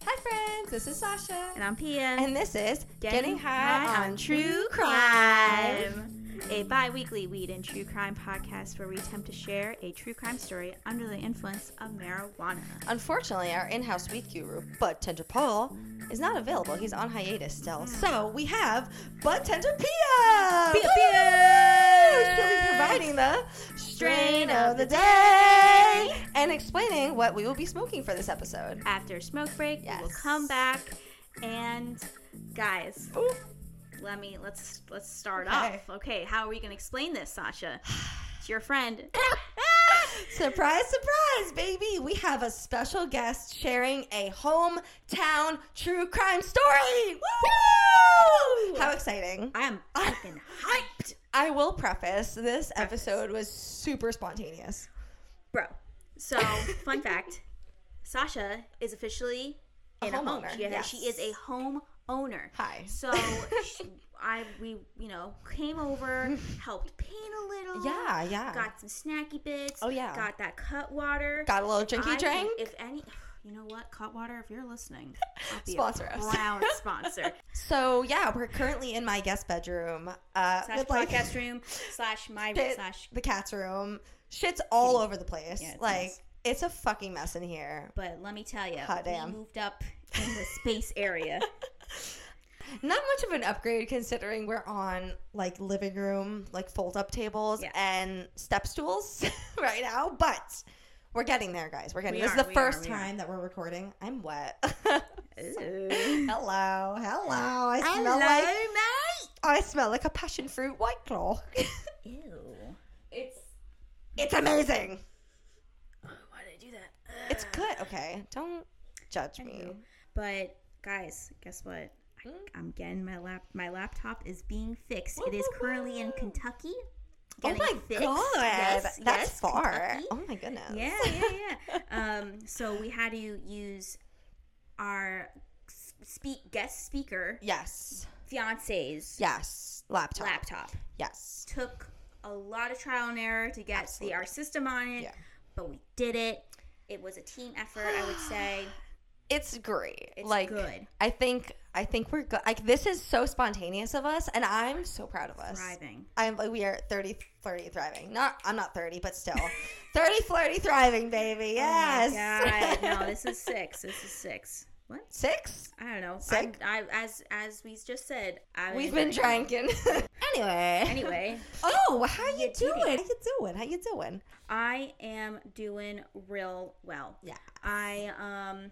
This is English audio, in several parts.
friends. This is Sasha. And I'm Pia. And this is Getting, high, on True crime. A bi weekly weed and true crime podcast where we attempt to share a true crime story under the influence of marijuana. Unfortunately, our in-house weed guru, Bud Tender Paul, is not available. He's on hiatus still. So we have Bud Tender Oh, Pia. Pia, Pia. She'll be providing the strain of the day and explaining what we will be smoking for this episode. After smoke break, we will Yes. come back and guys, let me let's let's start Okay. off. Okay, how are we gonna explain this, Sasha? It's your friend. Surprise, surprise, baby! We have a special guest sharing a hometown true crime story. Woo! How exciting! I am fucking hyped. I will preface this episode was super spontaneous. Bro. So, fun fact Sasha is officially A in a, home. homeowner, She, yes. she is a home owner. Hi. So, she, I we you know came over, helped paint a little. Yeah, yeah. Got, Got some snacky bits. Oh, yeah. Got that cut water. a little drinky I think drink. If any, you know what, cut water. If you're listening, I'll be Sponsor a us. Brown sponsor. So yeah, we're currently in my guest bedroom. Uh, slash with, like, podcast room slash my shit, slash. the cat's room. Shit's all over the place. Yeah, it's like mess. it's a fucking mess in here. But let me tell you, Hot we damn. moved up in the space area. Not much of an upgrade considering we're on like living room, like fold up tables Yeah. and step stools right now, but we're getting there, guys. We're getting We this are, is the we are, first we are. time that we're recording. I'm wet. Ooh. hello, hello. I smell Hello, like mate. I smell like a passion fruit white claw. Ew. It's it's amazing. Oh, why did I do that? It's good. Okay, don't judge me. Anywho. But guys, guess what? I, Mm. I'm getting my lap. My laptop is being fixed. Woo, It is woo, currently in woo. Kentucky. Oh Getting my fixed. god, Yes, that's yes, far. Kentucky. Oh my goodness. Yeah, yeah, yeah. um, so we had to use our s- speak guest speaker Yes. fiance's Yes. Laptop. laptop. Yes. Took a lot of trial and error to get the our system on it, Yeah. but we did it. It was a team effort, I would say. It's great. It's like good. I think I think we're good. Like this is so spontaneous of us, and I'm so proud of us. Thriving. I'm like we are 30, 30 thriving. Not I'm not thirty, but still thirty, flirty, thriving, baby. Yes. Oh my God. No, this is six. This is six. What? Six. I don't know. Sick? I'm, I as as we just said, I We've been drinking. anyway. Anyway, Oh, how you did doing? it. How you doing? How you doing? I am doing real well. Yeah. I um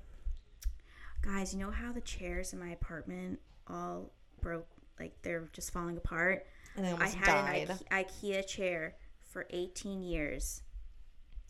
guys, you know how the chairs in my apartment all broke like they're just falling apart? And I I almost had died. an Ike- IKEA chair for 18 years.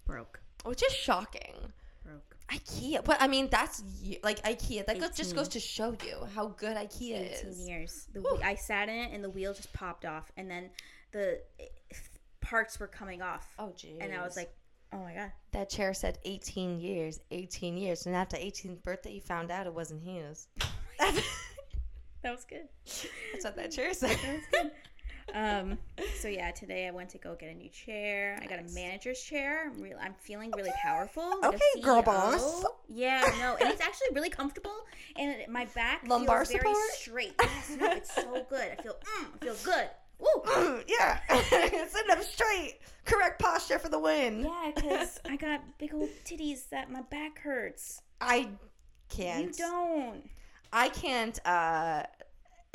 Broke. Which is shocking. Broke. IKEA, but I mean that's ye- like IKEA. That go- just 18. goes to show you how good IKEA 18 is. years. The whe- I sat in it and the wheel just popped off and then the if, parts were coming off. Oh geez. and I was like, "Oh my god." that chair said 18 years, 18 years, and after 18th birthday, you found out it wasn't his. that's That was good. what that chair said. um so yeah today i went to go get a new chair i got a Nice. manager's chair i'm, real I'm feeling really powerful like a Okay, girl CEO. boss. yeah no and it's actually really comfortable and it- my back Lumbar feels very support? straight yes no it's so good i feel mm, i feel good Woo! Mm, yeah, sitting up straight, correct posture for the win. yeah because i got big old titties that my back hurts I can't. you don't I can't. Uh,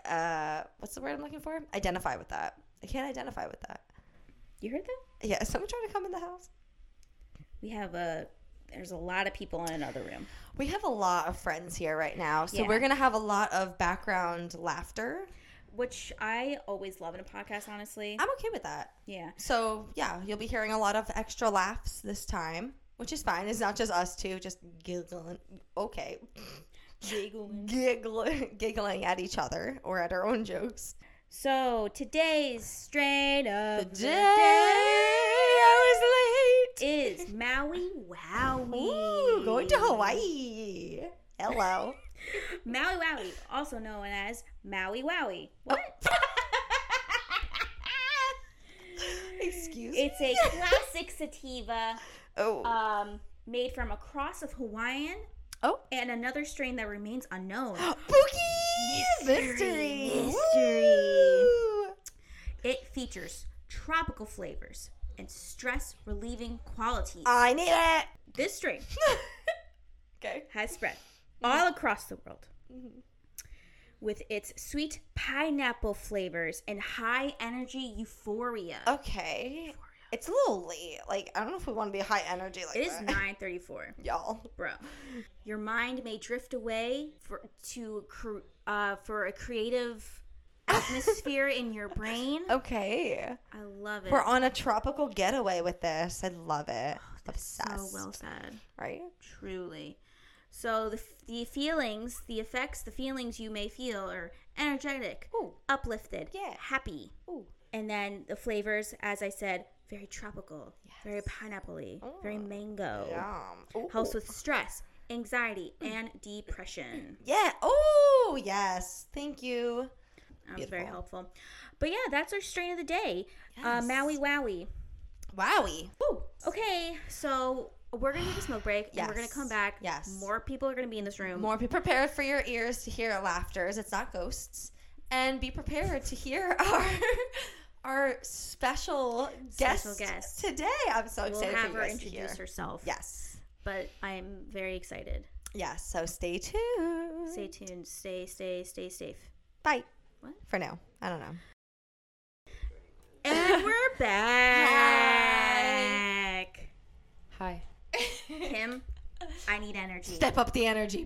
uh, what's the word I'm looking for? Identify with that. I can't identify with that. you heard that Yeah, is someone trying to come in the house? we have a there's a lot of people in another room We have a lot of friends here right now, so Yeah. we're gonna have a lot of background laughter. which i always love in a podcast honestly I'm okay with that. yeah So yeah, you'll be hearing a lot of extra laughs this time, which is fine. It's not just us two just giggling. Okay, giggling giggling, giggling at each other or at our own jokes. So today's strain The of the day day I was late. is Maui Wowie. Ooh, going to Hawaii. Hello. Maui Wowie, also known as Maui Wowie. Oh, What? Excuse me. it's uh, a classic sativa Oh, um, made from a cross of Hawaiian Oh. And another strain that remains unknown. Spooky mystery. Mystery, mystery. Woo! It features tropical flavors and stress relieving qualities. I need it. this strain okay. has spread all across the world Mm-hmm. with its sweet pineapple flavors and high energy euphoria. Oh Okay. It's a little late. Like I don't know if we want to be high energy like It is that. 934. Y'all. bro. Your mind may drift away for to cr- uh, for a creative atmosphere in your brain. Oh. Okay. I love it. We're on a tropical getaway with this. I love it. Obsessed. Oh, so well said, Right? truly. So the f- the feelings, the effects, the feelings you may feel are energetic, Ooh. uplifted, Yeah. happy, Ooh. and then the flavors, as I said, very tropical, very pineappley, very mango, Yum. Oh. Ooh. Hmm. helps with stress, anxiety, and depression. Yeah. Oh yes. Thank you. That was very Beautiful. helpful. But yeah, that's our strain of the day. Uh, Yes. Maui Wowie. Wowie. Ooh. Okay, so we're gonna take a smoke break and we're gonna Yes. come back. Yes. More people are gonna be in this room. More be prepared for your ears to hear laughters. It's not ghosts. And be prepared to hear our our special guest, Special guest. today. I'm so we'll excited have for you her guys to hear. introduce herself. Yes. But I'm very excited. Yes. So stay tuned. Stay tuned. Stay, stay, stay safe. Bye. What? For now. I don't know. And we're back. Hi. Kim, I need energy. Step up the energy,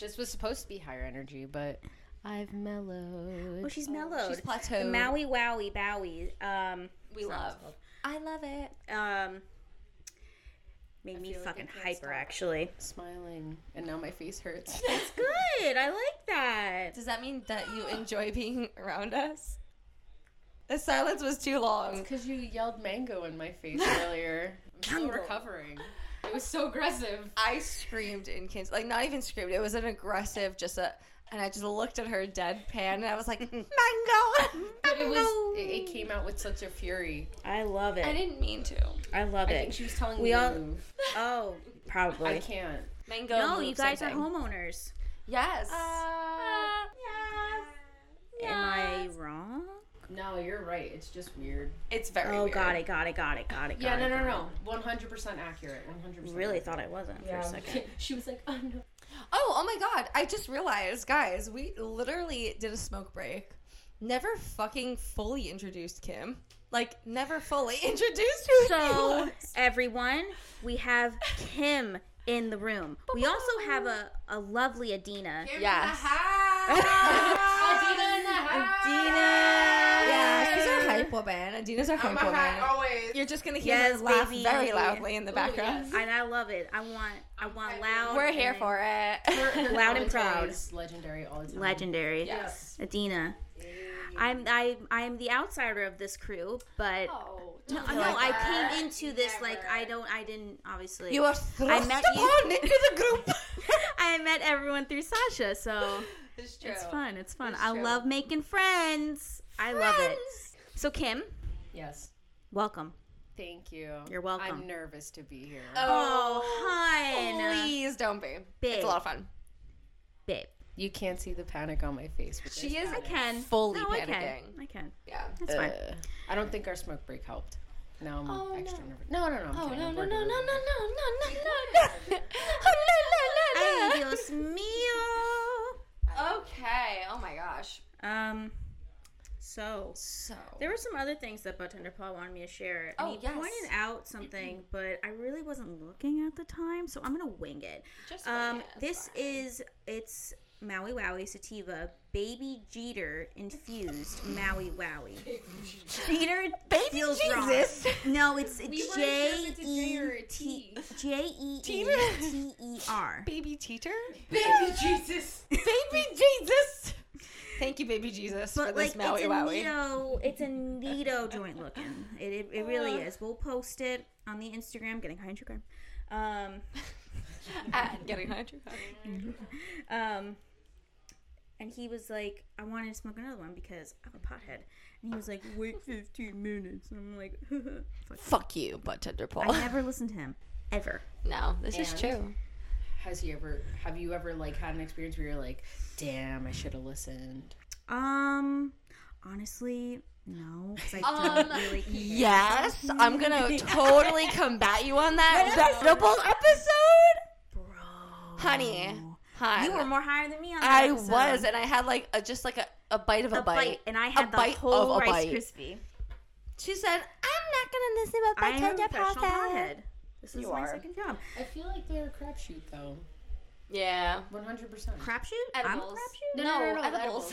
This was supposed to be higher energy, but I've mellowed. Oh, she's mellowed. She's plateaued. The Maui Wowie Bowie. Um, we love. I love it. um, made me feel like I fucking can't hyper stop. actually. Smiling, and now my face hurts. Good. I like that. Does that mean that you enjoy being around us? The silence was too long. Because you yelled mango in my face earlier. I'm still Mango. recovering. It was so aggressive. I screamed in Kim's like not even screamed. It was an aggressive, just a, and I just looked at her deadpan, and I was like, mango. But it was. It, it came out with such a fury. I love I it. didn't mean to. I love I think it. she was telling We me all- to move. Oh, I probably. can't. Mango. No, move you guys something. are homeowners. Yes. Uh, Am I wrong? No, you're right. It's just weird. it's very. Oh, weird. got it, got it, got it, got it. Yeah, got no, it, no, got no. 100% accurate. 100%. it. Really thought I wasn't for a second. She was like, oh no. Oh, oh my god! I just realized, guys, we literally did a smoke break. Never fucking fully introduced Kim. Like, never fully introduced who she So, was. everyone, we have Kim in the room. We also have a, a lovely Adina. Yes. Adina in the house. Yeah, she's our hype woman. Adina's our hype woman. always. You're just gonna hear Yes, her laugh baby. very loudly in the background. yes. And I love it. I want, I want loud. We're here and for it. Her Loud and commentary proud. is legendary all the time. legendary. yes. Adina. I'm I I'm the outsider of this crew, but Oh, no, no, I came into this like I don't I didn't obviously You are thrust met you- upon into the group. I met everyone through Sasha, so it's true. it's fun. It's fun. It's I true. love making friends. I love it. So Kim, yes. welcome. Thank you. You're welcome. I'm nervous to be here. Oh, Oh, hun. please don't be. Big. It's a lot of fun. Babe. You can't see the panic on my face. But She is I can. fully no, I can. panicking. I can. Yeah. That's fine. uh, I don't think our smoke break helped. Now I'm Oh, extra nervous. No, no, no. I'm Oh kidding. no We're no no no no no no good. no no no no no no Adios mio. Okay. Oh my gosh. Um so So There were some other things that Bartender Paul wanted me to share. And Oh, he yes. pointed out something, but I really wasn't looking at the time, so I'm gonna wing it. just Um, wing it. this is it's Maui Wowie Sativa Baby Jeter infused Maui Wowie. Jeter baby feels wrong. Jesus. No, it's weren't J sure if it's a J or E a T. J E E Jeter. T E R. Baby teacher. Baby Jesus. baby Jesus. Thank you, baby Jesus, for But like this Maui it's a Wowie. neato, it's a neato joint looking. It, it, it really Uh. is. We'll post it on the Instagram. Getting high on sugar. Um, At getting high. True High. um, and he was like, I wanted to smoke another one because I'm a pothead. And he was like, wait 15 minutes. And I'm like, fuck. Fuck you, butt tender Paul. I never listened to him ever. No, this is true. Has he ever? Have you ever like had an experience where you're like, "Damn, I should have listened." Um, honestly, no. 'cause I Um, don't really care. Yes, I'm gonna totally combat you on that vegetable episode. Bro. Honey, Hi. You were more higher than me on that I episode. was, and I had like a just like a, a bite of a, a bite. and I had the bite whole of a Rice bite. Krispie. She said, "I'm I not gonna am listen a about that professional podcast." pothead. This is You my are. second job. I feel like they're a crapshoot though. Yeah. One hundred percent. Crapshoot? I'm a Edibles. crapshoot? No, No, no, no, no, edibles.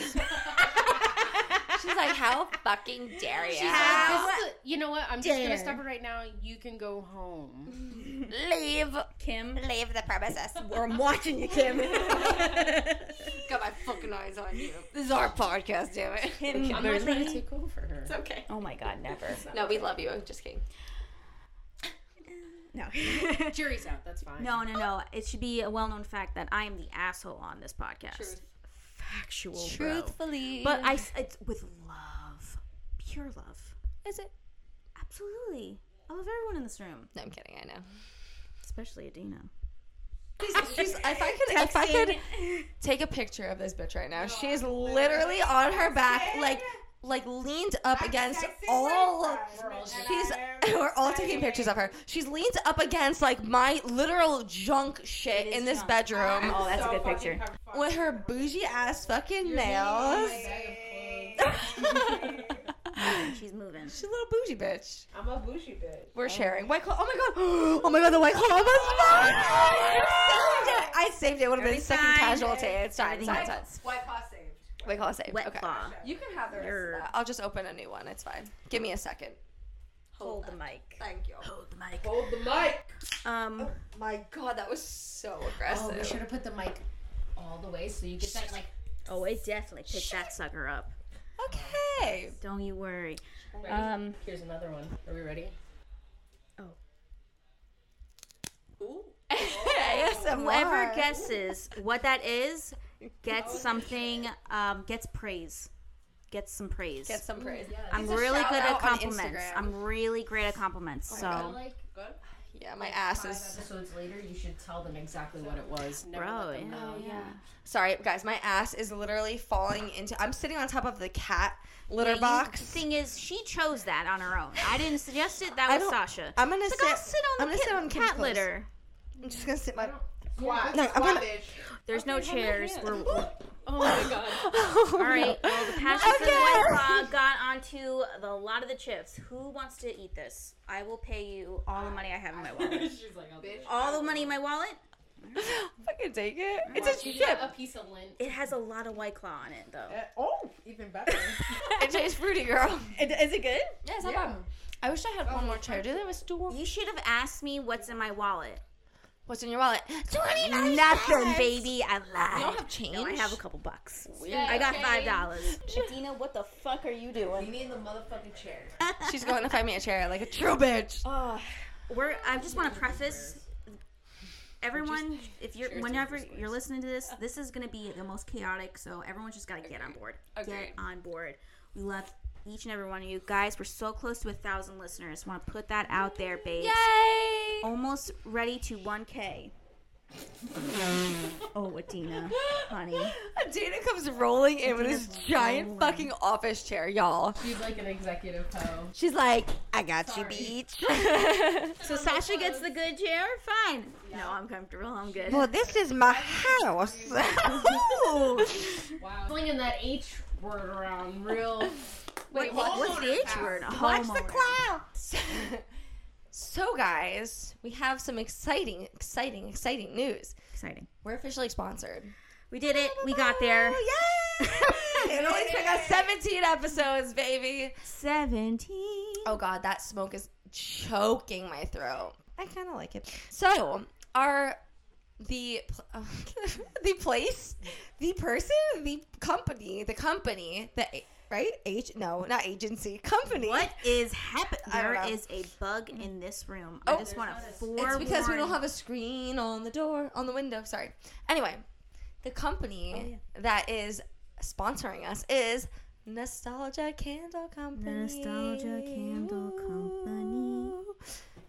edibles. She's like, how fucking dare you? How This is- you know what? I'm just dare. gonna stop it right now. You can go home. Leave, Kim. leave the premises. Or I'm watching you, Kim. Got my fucking eyes on you. This is our podcast, damn it. Kim I'm not trying to Kimberly. take over her. Okay. Oh my god, never. No, we love you. I'm just kidding. No. Jury's out. That's fine. no, no, no. It should be a well known fact that I am the asshole on this podcast. Truth. Factual. bro. Truthfully, But I, s- it's with love. Pure love. is it? Absolutely. I love everyone in this room, No, I'm kidding. I know. especially Adina. She's, if I could, if I could take a picture of this bitch right now, she's literally on her back, like like leaned up against all. She's we're all taking pictures of her. She's leaned up against like my literal junk shit in this bedroom Oh, that's a good picture. with her bougie ass fucking nails. She's moving. She's a little bougie bitch. I'm a bougie bitch. We're sharing. White claw. Oh my god. Oh my god. The white claw. Oh my god. I saved it. I saved it. Would have been Everything second fine. casualty. It's fine. It's fine. It's fine. White claw saved. White claw saved. Wet okay. claw. You can have the You're- rest. Uh, I'll just open a new one. It's fine. Give me a second. Hold the mic. Thank you. Hold the mic. Hold the mic. Um, My God, that was so Oh, we aggressive. should have put the mic all the way so you get that like. oh, it definitely picked that sucker up. Okay. Don't you worry. Ready? Um, Here's another one. Are we ready? ASMR. whoever guesses what that is gets something, um, gets praise. Gets some praise. Get some praise. I'm It's a really shout good out at on compliments. Instagram. Oh I'm really great at compliments. So, so, like Good. Yeah, my ass five is. episodes later, you should tell them exactly what it was. Never bro, let them know. yeah. Sorry, guys. My ass is literally falling into. I'm sitting on top of the cat litter box. The thing is, she chose that on her own. I didn't suggest it. That I was don't- Sasha. I'm gonna So sit. go sit I'm on the gonna sit on kit- Kim's cat clothes. litter. I'm just gonna sit my. Squat. No, I'm Squat, gonna- bitch. There's no chairs. We're, all Oh my god. Oh, right. Well, the passion for the Okay. white claw got onto the lot of the chips. Who wants to eat this? I will pay you all the money I have in my wallet. She's like, I'll do it. All the money in my wallet. Fucking take it. Watch, It's a you chip. got a piece of lint. It has a lot of white claw on it, though. Uh, oh, even better. It tastes fruity, girl. Is it good? Yeah, it's not Yeah. bad. I wish I had one more chair. Do they have a stool? You should have asked me what's in my wallet. What's in your wallet? Twenty dollars. Nothing, baby. I You don't lied. have change. No, I have a couple bucks. Yeah, I got okay. five dollars. Adina, what the fuck are you doing? We need the motherfucking chair. She's going to find me a chair like a true bitch. We're. I just want to preface. Everyone, if you're, it's whenever different you're listening to this, this is going to be the most chaotic. So everyone's just got to get on board. Get Agreed. on board. We love each and every one of you guys. We're so close to a thousand listeners. Want to put that out there, babes. Yay! Almost ready to 1K. oh, Adina, honey. Dana comes rolling in with this giant fucking office chair, y'all. She's like an executive hoe. She's like, I got you, So Sasha gets the good chair. Fine. No, I'm comfortable. I'm good. well, this is my house. Wow. Flinging that H word around real. Wait, what, what's the H word? A homeowner. clouds. so, guys, we have some exciting, exciting, exciting news. Exciting. We're officially sponsored. We did it. We got there. Oh, Yay! it only took us 17 episodes, baby. 17. Oh god, that smoke is choking my throat. I kind of like it. So, our the pl- the place, the person, the company, the company, the a- right? Age no, not agency, company. What is happening? I don't There know. is a bug in this room. Oh. I just want to forewarn. It's because we don't have a screen on the door, on the window, sorry. Anyway, the company Oh, that is sponsoring us is Nostalgia Candle Company. Nostalgia Candle Company.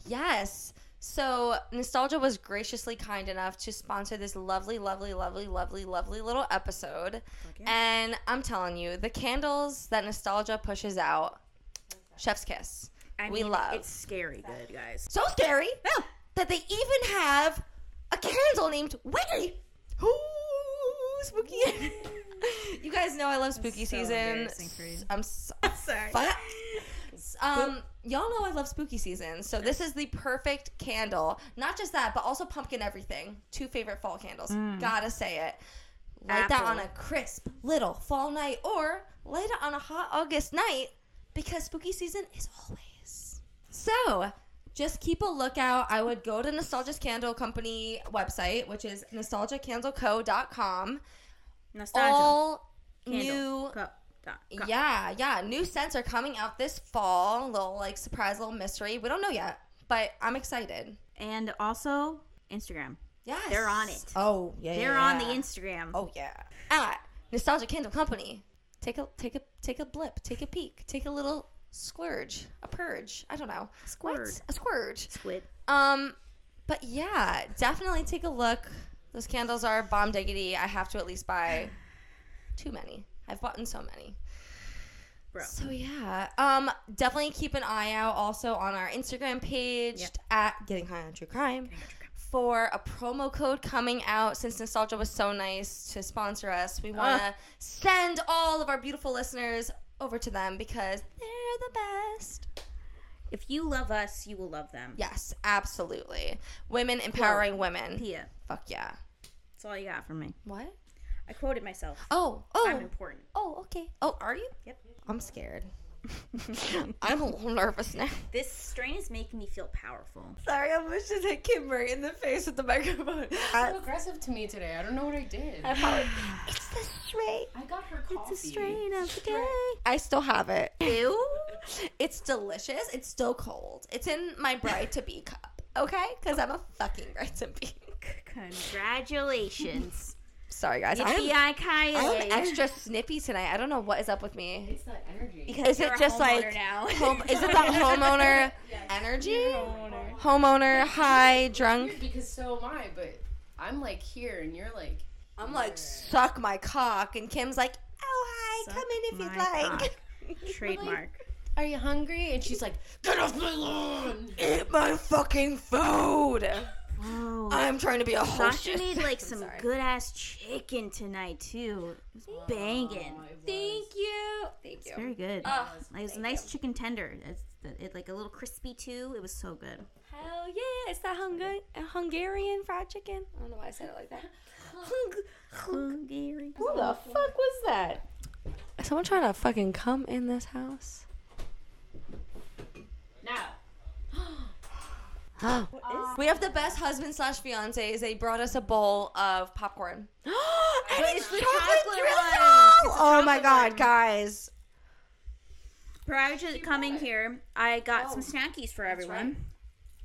Yes. So Nostalgia was graciously kind enough to sponsor this lovely, lovely, lovely, lovely, lovely little episode. Fuck yeah. And I'm telling you, the candles that Nostalgia pushes out, chef's kiss. I we love. It's scary good, guys. So scary that they even have a candle named Wiggy. Ooh, spooky. you guys know I love spooky so season. embarrassing for you. I'm so, Sorry. fuck. Um, y'all know I love spooky season, so this is the perfect candle. Not just that, but also pumpkin everything. Two favorite fall candles. Gotta say it. Light that Mm. Apple. on a crisp little fall night, or light it on a hot August night, because spooky season is always. So, just keep a lookout. I would go to Nostalgia's Candle Company website, which is nostalgiacandleco.com. Nostalgia. All Candle. new Cup. Dot. Cup. yeah, yeah. New scents are coming out this fall. Little like surprise, little mystery. We don't know yet, but I'm excited. And also Instagram. Yes. They're on it. Oh yeah. They're on the Instagram. Oh yeah. At Nostalgia Candle Company. Take a take a take a blip. Take a peek. Take a little splurge. A purge. I don't know. Squirt. A squurge. Squid. Um, but yeah, definitely take a look. Those candles are bomb diggity. I have to at least buy too many. I've bought so many. Bro. So yeah, um, definitely keep an eye out also on our Instagram page at Getting High on True Crime for a promo code coming out. Since Nostalgia was so nice to sponsor us, we want to send all of our beautiful listeners over to them because they're the best. If you love us, you will love them. Yes, absolutely. Women empowering women. Pia. Fuck yeah. That's all you got from me. What? I quoted myself. Oh, I'm oh, important. oh, okay. Oh, are you? Yep. I'm scared. I'm a little nervous now. This strain is making me feel powerful. Sorry, I almost just hit Kimber in the face with the microphone. So aggressive to me today. I don't know what I did. it's the straight. I got her coffee. of the day. I still have it. Ew. it's delicious. It's still cold. It's in my bride to be cup. Okay? Because I'm a fucking bride to be. Congratulations. Sorry, guys. I'm, I'm I'm extra snippy tonight. I don't know what is up with me. It's that energy. Because Is it you're a just homeowner like- now. Home, is it the homeowner energy? Homeowner. high, drunk. Weird because so am I, but I'm like here and you're like I'm like, suck my cock. And Kim's like, oh, hi, Suck come in if you'd my like. cock. trademark? Are you hungry? And she's like, Get off my lawn Eat my fucking food. Oh, I'm trying to be a Sasha hostess. made like I'm some sorry. good ass chicken tonight too. It was banging. Thank you. Thank It's you. very good. Ah, Like, it was a nice chicken tender. It's it like a little crispy too. It was so good. Hell yeah! It's that Hunga- Hungarian fried chicken. I don't know why I said it like that. Hungary. Who the fuck was that? Is someone trying to fucking come in this house? No. we have the best husband slash fiancés. They brought us a bowl of popcorn. and it's, chocolate, drizzle! oh my god, guys! Prior to coming here, I got some snackies for everyone,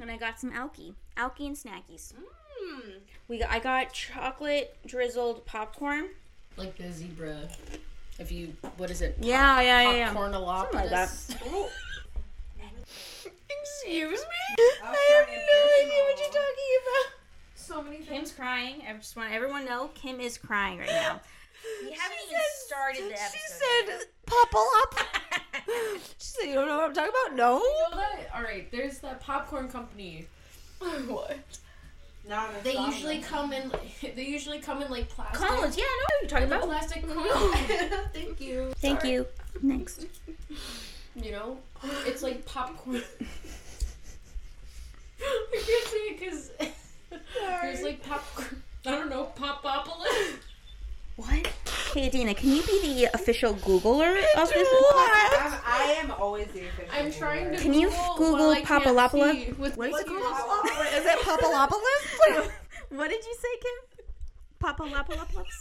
and I got some alky, alky and snackies. Mm. We got, I got chocolate drizzled popcorn. Like the zebra. If you what is it? Yeah, yeah, Cornolopus. Something like that. Excuse me. I have no idea what you're talking about. So many things. Kim's crying. I just want everyone to know Kim is crying right now. We haven't even started the episode. She said, "Popple up." she said, "You don't know what I'm talking about?" No. Well, that- all right, there's that popcorn company. what? Not a They song. usually come in. They usually come in like plastic. Cones, yeah, I know what you're talking The about. plastic cones. Thank you. Thank you. Next. You know, it's like popcorn. I can't say it because there's like popcorn. I don't know, popopolis. What? Hey, Adina, can you be the official Googler of this? What? I'm, I am always the official. I'm trying to. Can you Google while I can't popolopola? see with What is it these- called? Is it Popolopolis? What did you say, Kim? Papalapalopolis?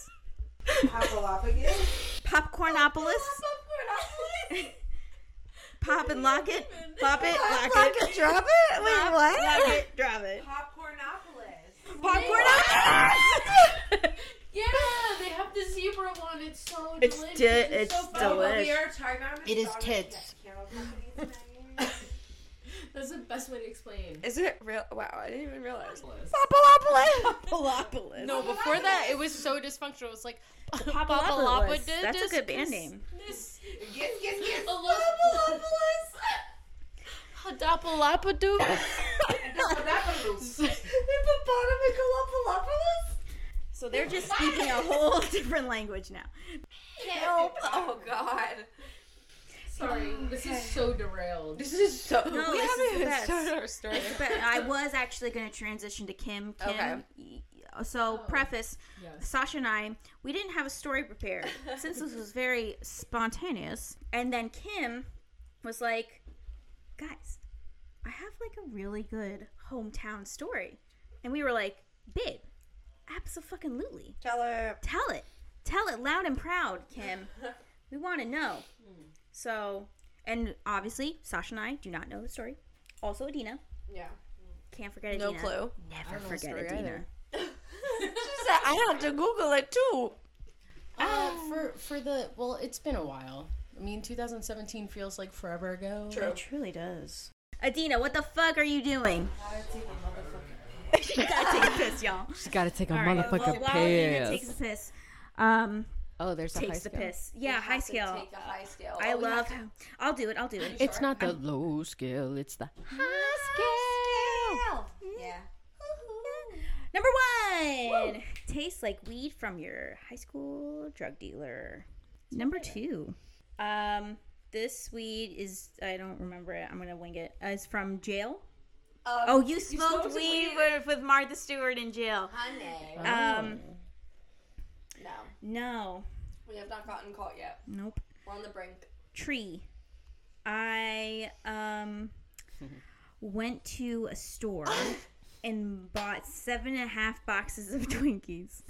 Papalopagus. Popcornopolis? Pop and lock it. Pop it, lock Lock it. it, drop it. Wait, Lock what? it, drop it. Popcornopolis. Popcornopolis! Yeah, they have the zebra one. It's so It's delicious. de- so it's bomb. deli- We are talking about It is nostalgia tits. candle companies tonight. That's the best way to explain. Is it real? Wow, I didn't even realize. Populous. Papalopolis. Popolopolis. No, before that, it was so dysfunctional. It was like Popolopolis. Papalapa- That's a good dis- band name. This Yes, yes, yes. Oh, Alo- Hadapalapadu. Papadopoulos. So they're just speaking a whole different language now. Help! Oh God. Sorry, this is so derailed. Uh, This is so. No, we this haven't is the even best. started our story. But I was actually going to transition to Kim. Kim. Okay. y- y- So preface, Yes. Sasha and I, we didn't have a story prepared since this was very spontaneous. And then Kim was like, "Guys, I have like a really good hometown story," and we were like, "Babe, absolutely, Tell her. tell it, tell it loud and proud, Kim. we want to know." So, and obviously, Sasha and I do not know the story. Also, Adina. Yeah. Can't forget No Adina. clue. Never know the forget story Adina. either. She said, I have to Google it too. Uh, for for the well, it's been a while. I mean, 2017 feels like forever ago. It truly does. Adina, what the fuck are you doing? She gotta take a piss, y'all. She's gotta take a Alright, well, while Adina takes a piss, um, Oh, there's a high takes the scale. piss. Yeah, high scale. Take a high scale. oh, I love. how I'll do it. I'll do it. It's not the low scale. It's the Yeah. Number one, tastes like weed from your high school drug dealer. Number two, um, this weed is I don't remember it. I'm gonna wing it. Uh, it's from jail. oh, you smoked, smoked weed, With, with Martha Stewart in jail. Honey. Um, No. no, We have not gotten caught yet. nope. We're on the brink. Tree. I um went to a store and bought seven and a half boxes of Twinkies,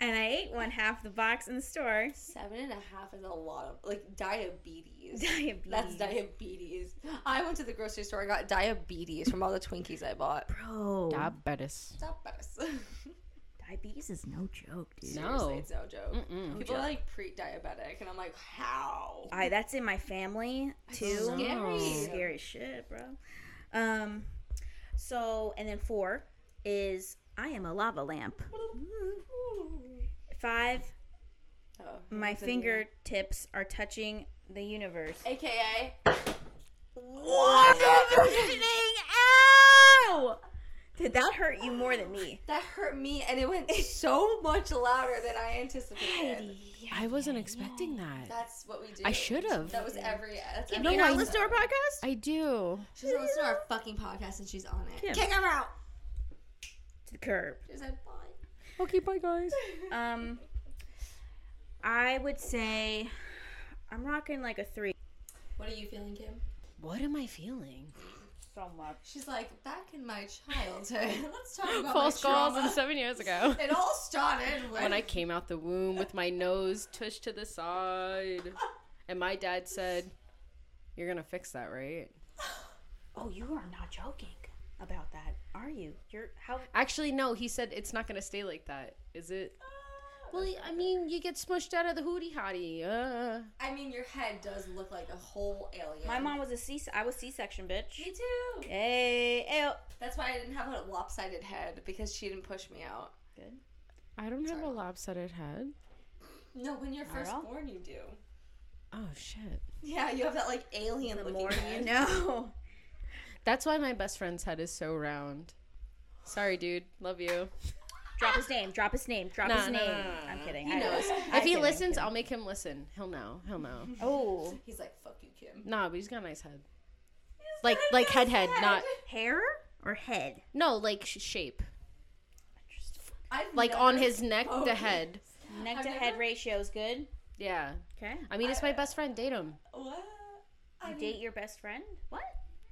and I ate one half the box in the store. Seven and a half is a lot of like diabetes. Diabetes. That's diabetes. I went to the grocery store. I got diabetes from all the Twinkies I bought. Bro, diabetes. Diabetes. diabetes is no joke, dude. Seriously, No. it's no joke. Mm-mm. People are like pre-diabetic, and I'm like, how? I that's in my family too. Scary. Scary shit, bro. Um, so and then four is I am a lava lamp. Five, Oh, my fingertips are touching the universe. AKA. Ow! Did that hurt you more than me? That hurt me, and it went so much louder than I anticipated. I wasn't expecting that. That's what we do. I should have. That was every. That's Do every you not listen to our podcast? I do. She's gonna listen to our fucking podcast, and she's on it. Kim. Kick her out. To the curb. She said, "Bye." Okay, bye guys. Um, I would say I'm rocking like a three. What are you feeling, Kim? What am I feeling? So much. She's like, back in my childhood. Let's talk about False my calls trauma." and seven years ago. It all started when, when I came out the womb with my nose tushed to the side. And my dad said, You're gonna fix that, right? Oh, you are not joking about that, are you? You're how? Actually, no, he said it's not gonna stay like that, is it? Well, I mean, you get smushed out of the hootie hottie. Uh. I mean, your head does look like a whole alien. My mom was a C. I was C-section, bitch. Me too. Hey, ew. That's why I didn't have a lopsided head because she didn't push me out. I don't have a lopsided head. No, when you're first all. born, you do. Oh, shit. Yeah, you have that like alien The looking more you head. know. That's why my best friend's head is so round. Sorry, dude. Love you. Drop his name. Drop his name. Drop Nah, his nah, name. nah, nah, I'm nah. kidding. He I- knows. If he listens, I'll make him listen. He'll know. He'll know. Oh, He's like, "Fuck you, Kim." Nah, but he's got a nice head. Like, like head, head, not hair or head? no, like sh- shape. I've Like on never- his neck to Oh. head. Neck to head ratio is good. Yeah. Okay. I mean, it's my best friend. Date him. What? You date your best friend? What?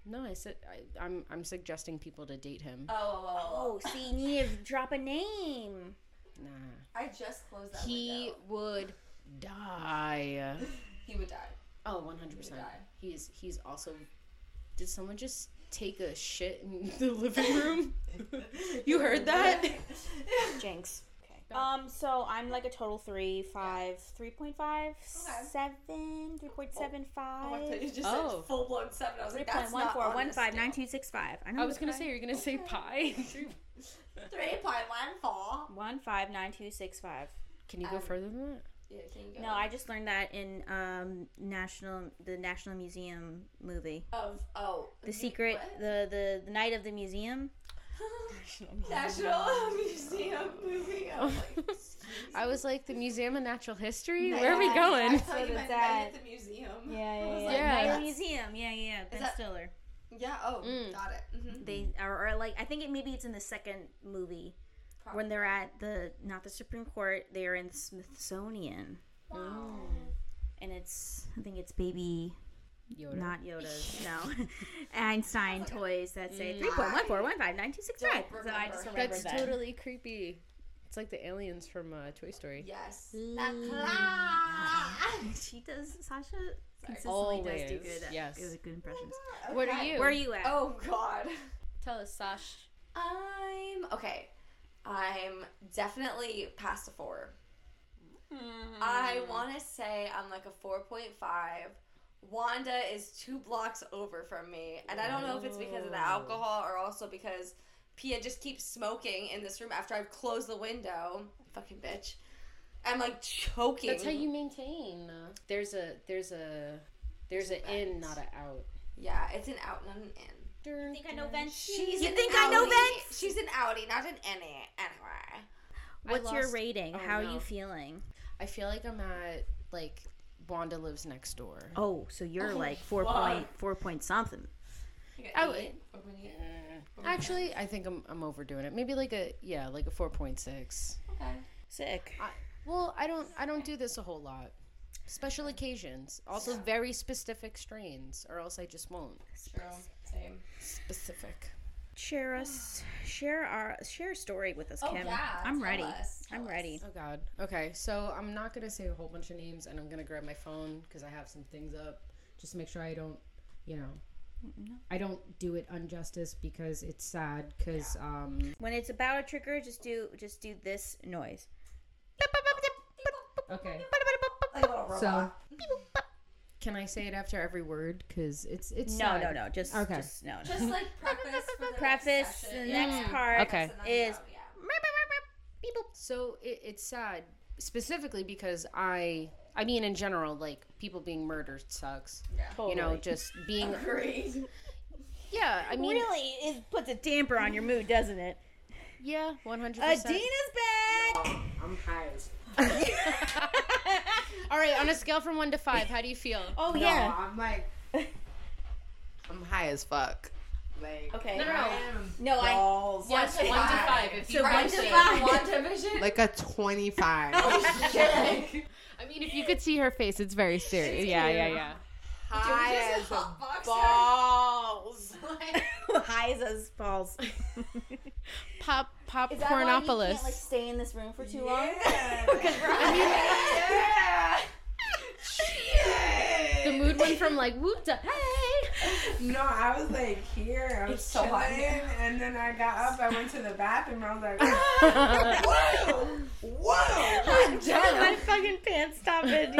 No, I said I, I'm. I'm suggesting people to date him. Oh, oh, oh, oh. Oh, see, you need to drop a name. Nah. I just closed that He window. would die. He would die. Oh, one hundred percent. die. He is. He's also. Did someone just take a shit in the living room? you heard that? Jinx. Okay. Um, so I'm like a total three, five, three point five, seven, three point seven I thought five, you just Oh. said full blown seven. I was three like, point that's one not four, on one this five, scale. nine two six five. I know I was gonna say you're gonna say pie. Three point one four. one five nine two six five. Can Um, you go further than that? Yeah, can you go? No, I just learned that in um national the National Museum movie, Of oh, the secret, what? the the the night of the museum. National Museum movie. I'm like, I was like the Museum of Natural History. Where are we going? I thought you it's meant at. at the museum. Yeah, yeah, like, Yeah. Night of that's- the museum. Yeah, yeah, yeah. Ben that- Stiller. Yeah. Oh, Mm. got it. hmm They are, or like I think it maybe it's in the second movie when they're at the not the Supreme Court. They are in Smithsonian. Oh. And it's I think it's baby Yoda. not Yoda's no Einstein toys that say three point one four one five nine two six five. So I just remember That's that. totally creepy. It's like the aliens from uh, Toy Story. Yes. she does Sasha consistently does do Always. good. Yes. Good, good impressions. What are you? Where are you at? Oh God. Tell us, Sash. I'm okay. I'm definitely past a four. I want to say I'm like a 4.5. Wanda is two blocks over from me, and I don't know if it's because of the alcohol or also because Pia just keeps smoking in this room after I've closed the window. Fucking bitch. I'm like choking. That's how you maintain. There's a there's a there's an in, not an out. Yeah, it's an out, not an in. you think I know Ben? She's You an think I know outie. Vince? She's an outie, not an innie. Anyway. What's your lost- rating? oh, How are you no. feeling? I feel like I'm at like Wanda lives next door. Oh, so you're like four point four point something. Oh, actually, I think I'm I'm overdoing it. Maybe like a yeah, like a four point six. Sick. Well, I don't I don't do this a whole lot. Special occasions, also very specific strains, or else I just won't. Same. Specific. Share us, share our, share a story with Oh, us, Kim. I'm ready. I'm ready. Oh God. Okay, so I'm not gonna say a whole bunch of names, and I'm gonna grab my phone because I have some things up, just to make sure I don't, you know, I don't do it injustice because it's sad. Because um, When it's about a trigger, just do just do this noise. okay. So So, can I say it after every word? Because it's it's No, sad. no, no. Just Okay. just no. no. just like preface for the Preface next the session. next part Okay. is Yeah. So it, it's sad, specifically because I, I mean, in general, like people being murdered sucks. You know, just being. Great. Yeah, I mean, really it puts a damper on your mood, doesn't it? yeah, one hundred Adina's percent. back. I'm high. All right, on a scale from one to five, how do you feel? Oh yeah. I'm like, I'm high as fuck. Like, Okay. I am No, I. balls. Yes, one to five. If you So one could to see- five. Like a 25. I mean, if you could see her face, it's very serious. Yeah, yeah, yeah. high as a balls. High as us balls. Pop, pop, Is that why you Pornopolis. can't, like, stay in this room for too long. the mood went from like whoop to hey. No, I was like here. I was so chilling, hot. and then I got up. I went to the bathroom. I was like, whoa, whoa. My fucking pants stop it.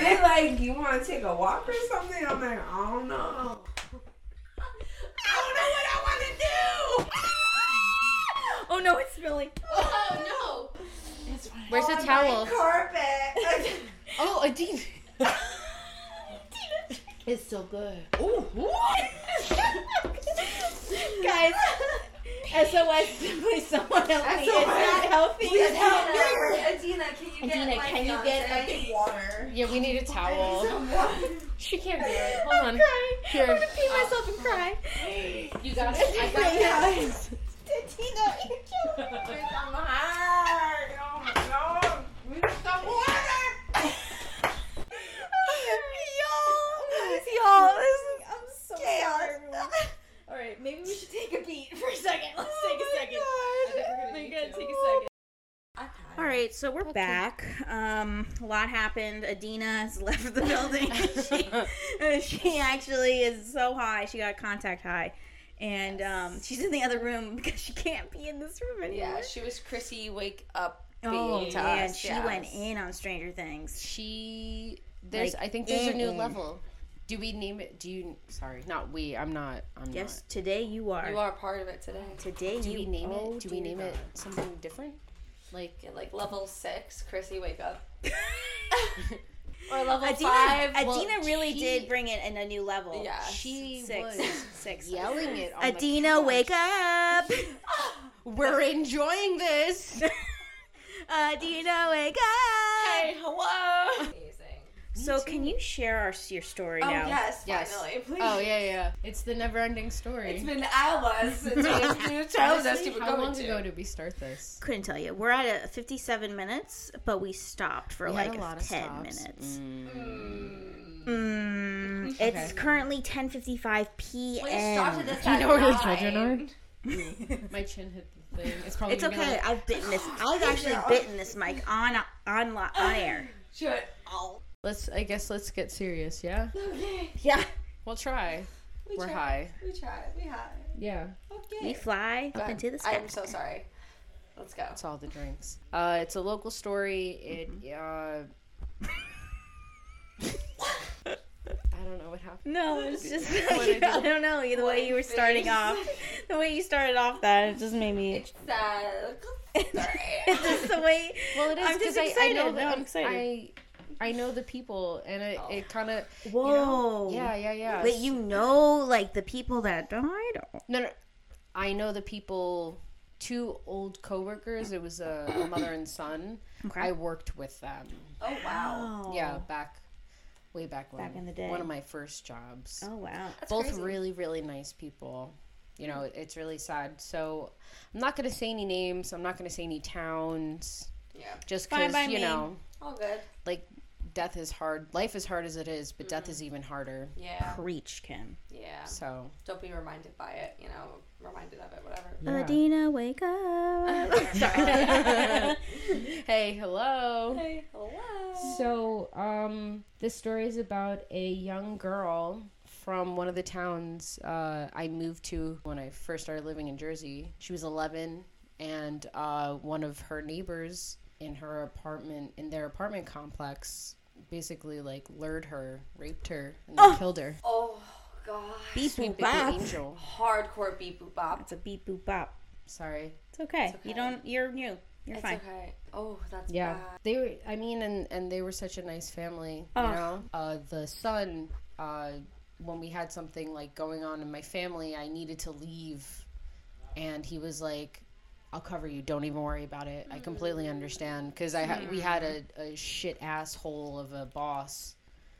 They like, you want to take a walk or something? I'm like, I don't know. Oh no, it's really. Oh, Where's the towel? Carpet. Oh, a demon. it's so good. Guys, SOS, please someone help me. It's not healthy. Please help me. Adina, can you get Adina, my can you get fiance water? Yeah, we need a towel. She can't do it. Hold on. Cry. Here. I'm gonna pee myself and cry. You got it. I got it. I'm hard. Oh my god. We need some water. Y'all, this is, I'm so sorry. All right, maybe we should take a beat for a second. Let's take a second. We're gonna take a second. All right, so we're back. Um, a lot happened. Adina has left the building. she, she actually is so high. She got contact high, and um, she's in the other room because she can't be in this room anymore. Yeah, she was Chrissy wake up Oh, to man, us, she yes. went in on Stranger Things. She there's Like, I think there's a new mm-mm. level. Do we name it? Do you? Sorry, not we. I'm not. I'm Yes, today you are. You are a part of it today. Today not. Do you we name oh, it? Do we dear name it God. something different? Like Yeah, like level six, Chrissy, wake up. or level Adina, five. Adina well, really she- did bring it in a new level. yeah. she Six. was Six. yelling it. On Adina, the couch. wake up! We're enjoying this. Adina, wake up! Hey, hello. Amazing. So, can you share our, your story Oh now? yes, Yes. finally. Please. Oh yeah, yeah. It's the never-ending story. It's been hours since we you told us Honestly, you were how going long to. ago did we start this? Couldn't tell you. We're at a 57 minutes, but we stopped for We had like a lot of 10 stops. minutes. Mm. Mm, It's currently 10:55 p.m. We stopped at this. Do you at know where your nine. children are? My chin hit the thing. It's probably It's gonna be okay. like- I've bitten this. I've actually bitten this mic on on li- on air. Should- oh. let's. I guess let's get serious. Yeah. Okay. Yeah. We'll try. We We're tried. high. We tried. We had. Yeah. We Okay. fly up into the sky. I'm so sorry. Let's go. It's all the drinks. Uh, it's a local story. It. Mm-hmm. Uh, I don't know what happened. No, it's just I don't know. The way you were starting off, the way you started off, that it just made me. So, It's just the way. Well, it I'm is just because I, I excited. know Oh. that No, I'm I, I know the people, and it, it kind of. Whoa. Yeah, yeah, yeah. Wait, you know, like the people that died. Oh, No, no. I know the people. Two old coworkers. It was a, a mother and son. Okay. I worked with them. oh wow. Oh. Yeah, back, way back when. Back in the day. One of my first jobs. Oh wow. Both crazy. really, really nice people. You know, it- it's really sad. So I'm not gonna say any names. I'm not gonna say any towns. Yeah. Just Fine because by you me. know, All good. like death is hard. Life is hard as it is, but death is even harder. Yeah. Preach, Kim. Yeah. So Don't be reminded by it. You know, reminded of it. Whatever. Adina, wake up. hey, hello. Hey, hello. So, um, this story is about a young girl from one of the towns uh, I moved to when I first started living in Jersey. She was 11, and uh, one of her neighbors in her apartment, in their apartment complex, basically like lured her, raped her, and then killed her. Oh god. Beep Sweet boop baby bop. angel. Hardcore beep boop bop. It's a beep boop bop. Sorry. It's okay. You don't. You're new. You're It's fine. okay. Oh, that's Yeah, bad. they were. I mean, and and they were such a nice family. You know, uh, the son. Uh, when we had something like going on in my family, I needed to leave, and he was like, "I'll cover you. Don't even worry about it. I completely understand." Because I ha- we Mm. had a, a shit asshole of a boss,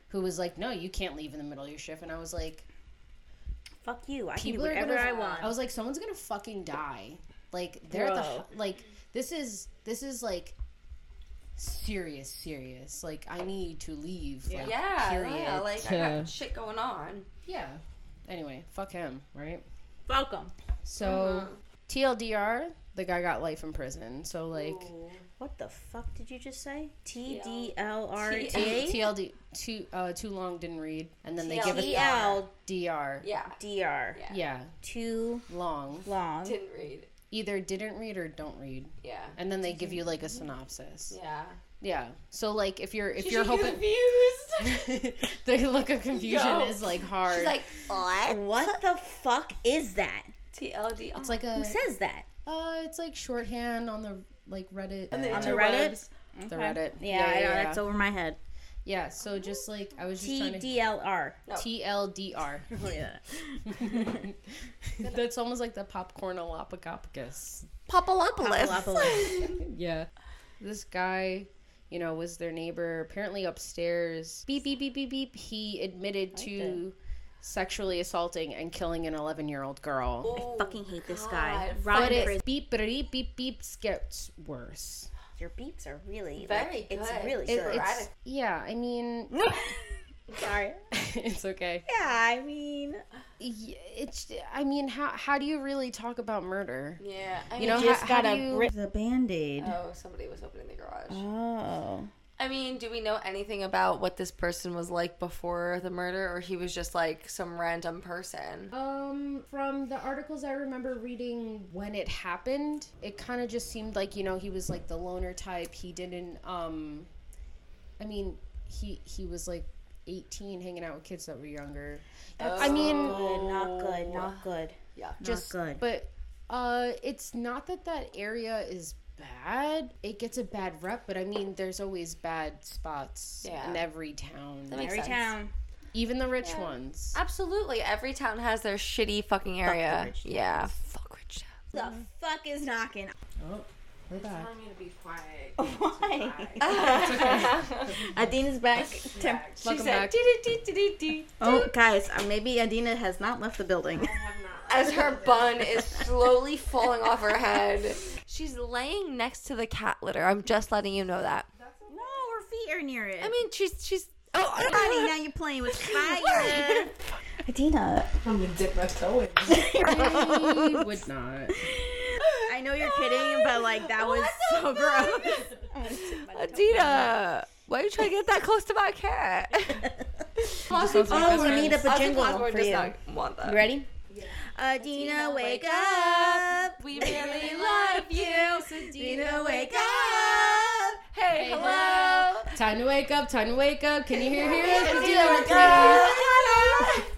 who was like, "No, you can't leave in the middle of your shift," and I was like, Fuck you. I can do people are whatever gonna, I want. I was like, someone's gonna fucking die. Like they're at the Bro. hu- like this is this is like serious, serious. Like I need to leave. Like, Yeah, Period. yeah, like I to- got shit going on. yeah. Anyway, fuck him, right? Welcome. So TLDR, the guy got life in prison. So like What the fuck did you just say? T D L R T TLD too uh, too long didn't read, and then they give us E L DR. Yeah, D R. Yeah. Yeah, Too long. long. didn't read. Either didn't read or don't read, Yeah, and then they give you like a synopsis. yeah. Yeah. So like if you're if She's you're hoping confused. the look of confusion Yo. is like hard. She's like What? What the fuck is that? TLD. it's like a Who says that? uh, it's like shorthand on the like Reddit the on On the Interwebs. Reddit? the Reddit. Yeah, I know. That's over my head. yeah. So just like I was just T trying to D L R. TLDR. Yeah. that's almost like the popcorn alopagopicus. Yeah. This guy, you know, was their neighbor. Apparently upstairs, beep beep beep beep beep. He admitted to sexually assaulting and killing an 11 year old girl. Oh, Fucking hate this guy. God. Robin But Fris- it beep beep beep beeps gets worse. Your beeps are really Very like, It's good. really It- good. it's, yeah, I mean, Sorry. it's okay. Yeah, I mean, Y- It's I mean, how how do you really talk about murder? Yeah, I mean, You know, just how, how gotta do you- rip the band aid. oh, somebody was opening the garage. Oh. I mean, do we know anything about what this person was like before the murder, or he was just like some random person? Um, from the articles I remember reading when it happened, it kind of just seemed like you know he was like the loner type. He didn't. Um, I mean, he he was like 18, hanging out with kids that were younger. Oh. I mean, Good, not good, not good. Yeah. just good. But uh, it's not that that area is bad. It gets a bad rep, but I mean, there's always bad spots Yeah. in every town, That makes Every sense. town. even the rich ones. Absolutely, every town has their shitty fucking area. yeah, fuck rich town. The fuck is knocking? Oh, we're back. telling you to be quiet. Why? Adina's back. Tem- Welcome back. oh, guys, uh, maybe Adina has not left the building. As her bun is slowly falling off her head, she's laying next to the cat litter. I'm just letting you know that. no, her feet are near it. I mean, she's she's. Oh, I Bonnie, now you're playing with fire. Adina. I'm gonna dip my toe in. I would not. I know you're kidding, but like that was so gross. Adina, why are you trying to get that close to my cat? oh, we need up a jingle Osborne for does you. not want that. You ready? Adina, wake up. We really love you. Adina, wake up. Hey, hello. Time to wake up. Time to wake up. Can you hear hear us? It's Adina, you. wake up.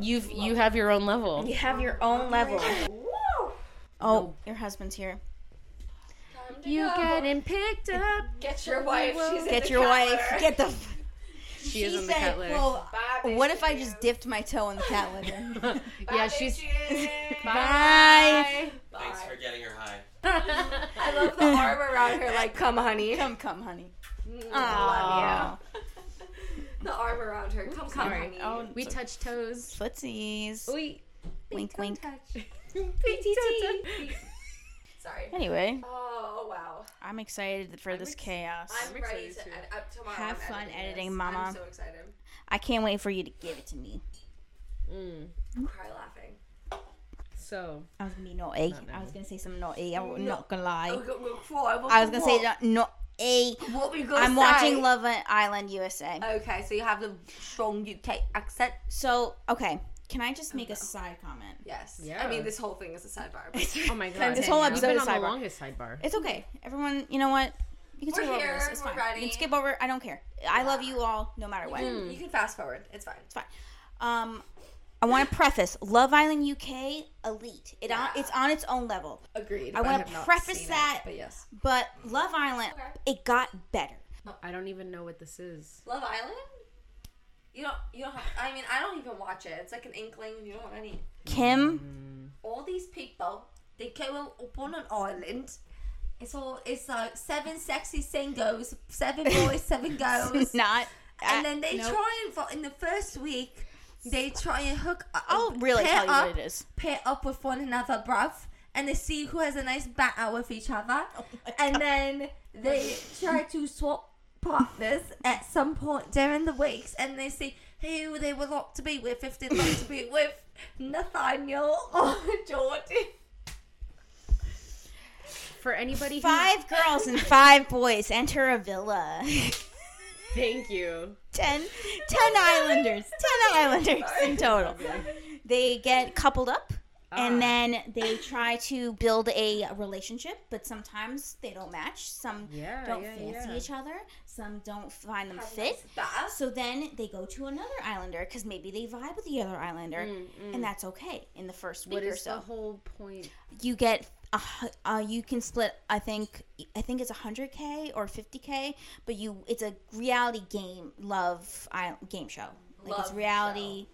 You've you have your own level. You have your own level. Oh, your husband's here. You getting picked up? Get your wife. She's Get your wife. Get the. She is on the cat litter. "Well, what if I just dipped my toe in the cat litter?" yeah, she's Bye. Thanks for getting her high. I love the arm around her. Like, come, honey. Mm, Come, come, honey. Love you. The arm around her. Come, come, honey. Oh, we touch toes. footsies. We Wink, wink. Sorry. Anyway, Oh wow. I'm excited for this chaos. I'm ready to edit up tomorrow. Have I'm fun editing editing, this. Mama. I'm so excited. I can't wait for you to give it to me. Cry laughing. so I was gonna be no A. I was gonna say some no A. I'm not gonna lie. We'll go, we'll cry. We'll I was gonna cry. say no- no A. Oh, What Oh. we gonna I'm say? watching Love Island USA. Okay, so you have the strong UK accent. So okay, can I just make a side comment? Yes. I Yeah. mean, this whole thing is a sidebar. but Oh my god. This whole You've episode been is on the sidebar. longest sidebar. It's okay. Everyone, you know what? You can skip Mm-hmm. We're over here. this. It's We're fine. You ready. Mm-hmm. can skip over. I don't care. I love you all, no matter what. You can fast forward. It's fine. It's fine. Um, I want to preface: Love Island UK, elite. It on, it's on its own level. Agreed. I but wanna have not preface seen it, that- but yes. But Love Island, it got better. I don't even know what this is. Love Island. You don't. You don't have. I mean, I don't even watch it. It's like an inkling. You don't want any. Kim, all these people they go up on an island it's all it's like seven sexy singles seven boys seven girls not. I- and then they nope. try and fo- in the first week they try and hook up I'll really pair tell you up, what it is. pair up with one another bruv and they see who has a nice batter with each other and then they try to swap partners at some point during the weeks and they see who they would like to be with if they'd like to be with Nathaniel or Jordan. For anybody Five girls and five boys enter a villa. who Thank you. ten, ten islanders. Ten islanders in total. They get coupled up. Ah. And then they try to build a relationship, but sometimes they don't match. Some Yeah, don't yeah, fancy yeah. each other. Some don't find them fit. Bath. So then they go to another islander because maybe they vibe with the other islander, and that's okay in the first week What or is Mm, so. the whole point? you get a, hu- uh, you can split. I think I think it's hundred k or fifty k, but you it's a reality game love I, game show. Like it's Love reality.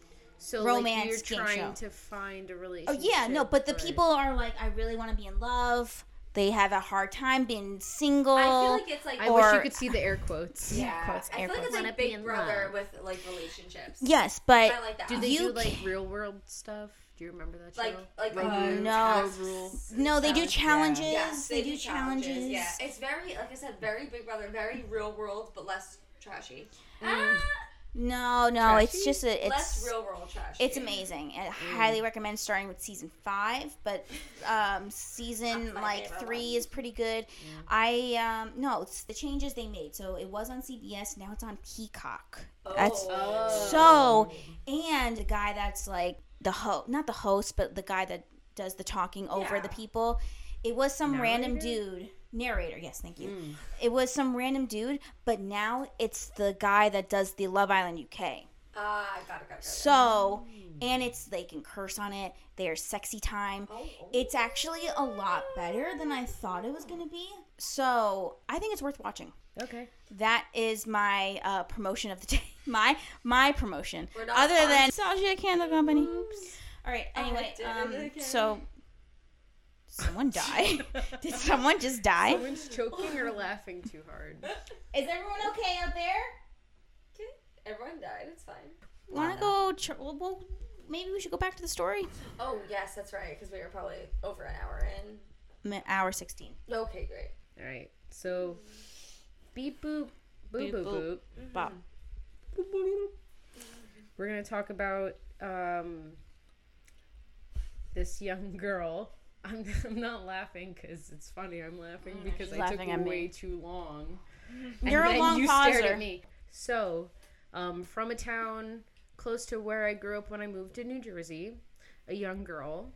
So Romance like game you're trying show. to find a Oh relationship. yeah, no, but the but- people are like, I really want to be in love. They have a hard time being single. I feel like it's like I or- wish you could see the air quotes. yeah. quotes, I air feel like quotes. it's Wanna like be Big in Brother love. with like relationships. yes, but I like that. Do they You do like can't- real world stuff? Do you remember that show? like like Road uh, rule, no. house rule. no, they do Challenge- challenges. Yes, they, do challenges. Yeah, it's very like I said, very Big Brother, very real world, but less trashy. Ah, No, no, it's just a Mm, it's Less real world trash. It's amazing. I highly recommend starting with season five, but um, season like three is pretty good. I um, no, it's the changes they made. So it was on CBS, now it's on Peacock. Oh. That's Ah, so. And the guy that's like the ho not the host, but the guy that does the talking over the people. It was some random dude narrator. Yes, thank you. It was some random dude, but now it's the guy that does the Love Island UK. Ah, I got it, got it, got it. So, and it's they can curse on it. There's sexy time. Oh, It's actually a lot better than I thought it was going to be. So, I think it's worth watching. Okay. That is my uh, promotion of the day. My my promotion. not Other on- than Sasha Candle Company. All right. Anyway, did it um, again. so someone died. Did someone just die? Someone's choking or laughing too hard. Is everyone okay out there? Okay. Everyone died. It's fine. Want to go? Tr- well, well, maybe we should go back to the story. Oh yes, that's right. Because we were probably over an hour in. M- Hour sixteen. Okay, great. All right. So, beep boop, boop Beep boop boop. boop. Bob. Boop, boop, boop. We're gonna talk about um, this young girl. I'm, I'm not laughing because it's funny. I'm laughing because I took Mm, laughing at me. way too long. And You're a then long you stared pauser. at me. So, um, from a town close to where I grew up when I moved to New Jersey, a young girl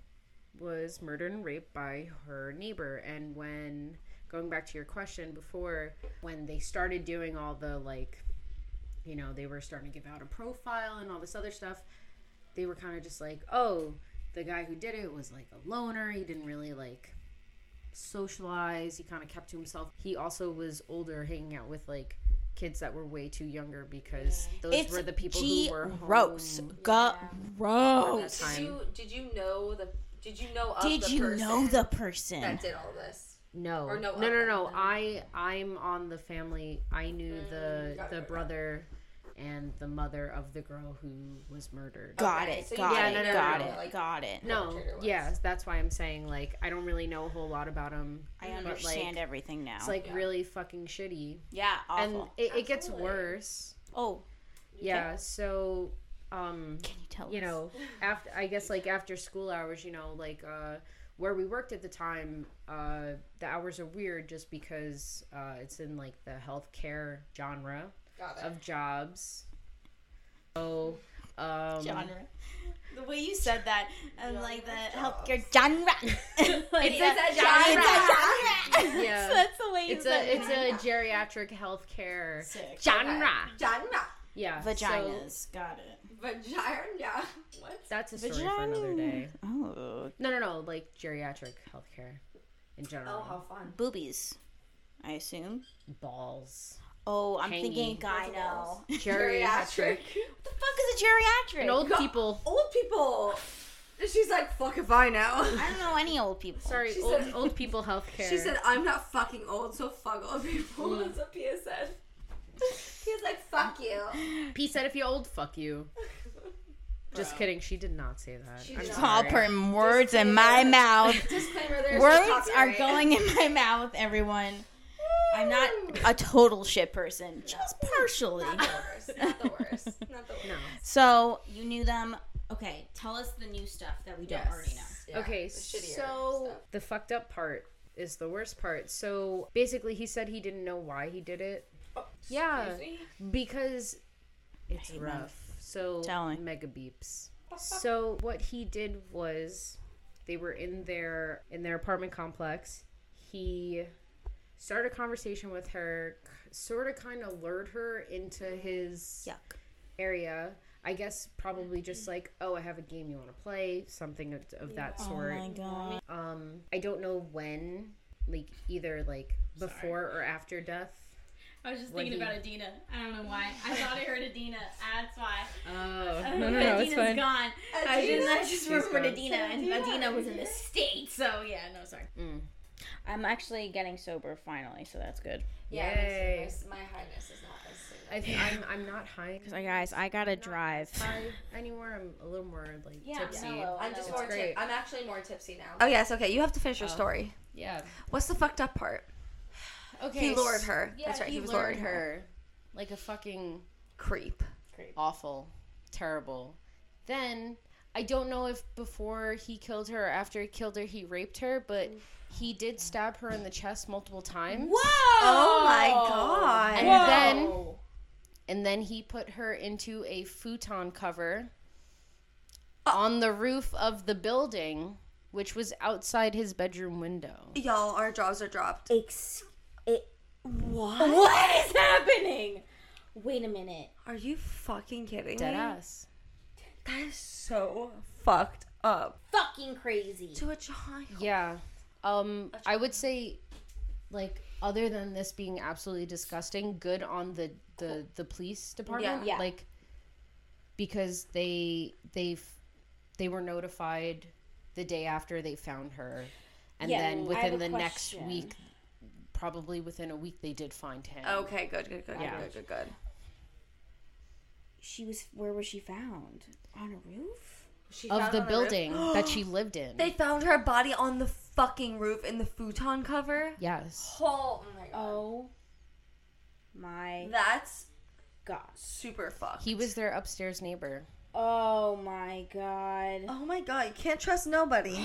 was murdered and raped by her neighbor. And when going back to your question before, when they started doing all the like, you know, they were starting to give out a profile and all this other stuff, they were kind of just like, oh, the guy who did it was like a loner. He didn't really like socialize. He kind of kept to himself. He also was older, hanging out with like kids that were way too younger because those It's were the people who were gross. home Gross. Did you did you know the did you know of Did the you person know the person? that did all this? No. Or no, no, no, okay. no. I I'm on the family. I knew the Mm, got it, the got it. brother and the mother of the girl who was murdered. Got Okay, it. so you got didn't it. know, got it. like- got it. No, perpetrator was. yes, that's why I'm saying like I don't really know a whole lot about him. I understand like, everything now. It's like really fucking shitty, yeah, awful. and it, it gets Absolutely. worse. oh, Yeah, so um, can you tell? you us? know after i guess like after school hours you know like uh where we worked at the time uh the hours are weird just because uh it's in like the healthcare genre Got it. of jobs so um genre. The way you said that, and like the healthcare genre. like It's that- a It's genre. a genre. Yeah. that's the way you it's said a it. it's a geriatric healthcare Sick. genre Genre. yeah so Vaginas. Got it. Vagina. What? that's a story for another day Oh, no no no like geriatric healthcare in general Oh, how fun. boobies. I assume. balls Oh, I'm Hangy. thinking gyno. Multiples. geriatric the fuck is a geriatric? and old people Old people. She's like, fuck if I know. I don't know any old people. Sorry, She old, said- old people healthcare. She said, I'm not fucking old, so fuck old people. That's what Pia said. Pia's like, fuck you. P said, if you're old, fuck you. Just kidding. She did not say that. She I'm did Paul sorry. putting words in my mouth. Disclaimer there's no Words are copyright. going in my mouth, everyone. I'm not a total shit person, just partially. Not the worst. Not the worst. Not the worst. So you knew them. Okay, tell us the new stuff that we don't Yes. already know. Yeah, okay, the shittier so stuff. the fucked up part is the worst part. So basically, he said he didn't know why he did it. Oh, yeah, because it's hate rough. So Tell me. mega beeps. So what he did was they were in their in their apartment complex. He started a conversation with her, sort of kind of lured her into his Yuck. area. I guess probably just like, oh, I have a game you want to play, something of, of that sort. Oh god. Um, I don't know when, like either like before or after death. I was just When thinking he- about Adina. I don't know why. I thought I heard Adina. That's why. Oh, I don't know if Adina's gone. uh, I just, I just remembered gone. Adina, and Adina was in the state. So yeah, no, sorry. Mm. I'm actually getting sober finally, so that's good. Yeah, Yay. so my, my highness is not as soon. I think I'm I'm not high So guys, I gotta drive. high anymore. I'm a little more like tipsy. I'm just more great. tip- I'm actually more tipsy now. Oh yes, okay. You have to finish your story. Yeah. What's the fucked up part? Okay. He lured her. yeah, That's right. He, He was lured luring her. her like a fucking Creep. Creep. awful, terrible. Then I don't know if before he killed her or after he killed her he raped her, but he did stab her in the chest multiple times. Oh my god. And then and then he put her into a futon cover on the roof of the building, which was outside his bedroom window. Y'all, our jaws are dropped. Ex- it, What? what is happening? Wait a minute. Are you fucking kidding Dead me? ass. That is so fucked up. Fucking crazy. To a child. Yeah. Um I would say like other than this being absolutely disgusting, good on the the the police department Yeah. Yeah. like because they they've they were notified the day after they found her and Yeah. then Ooh, I have within a the next question. week probably within a week they did find him. Okay, good, good, good, Yeah. good, good, good. She was. Where was she found? On a roof. She Of found the on roof. building that she lived in. They found her body on the fucking roof in the futon cover. yes. Oh my god. Oh my That's gosh. super fucked. He was their upstairs neighbor. Oh my god. Oh my god, you can't trust nobody.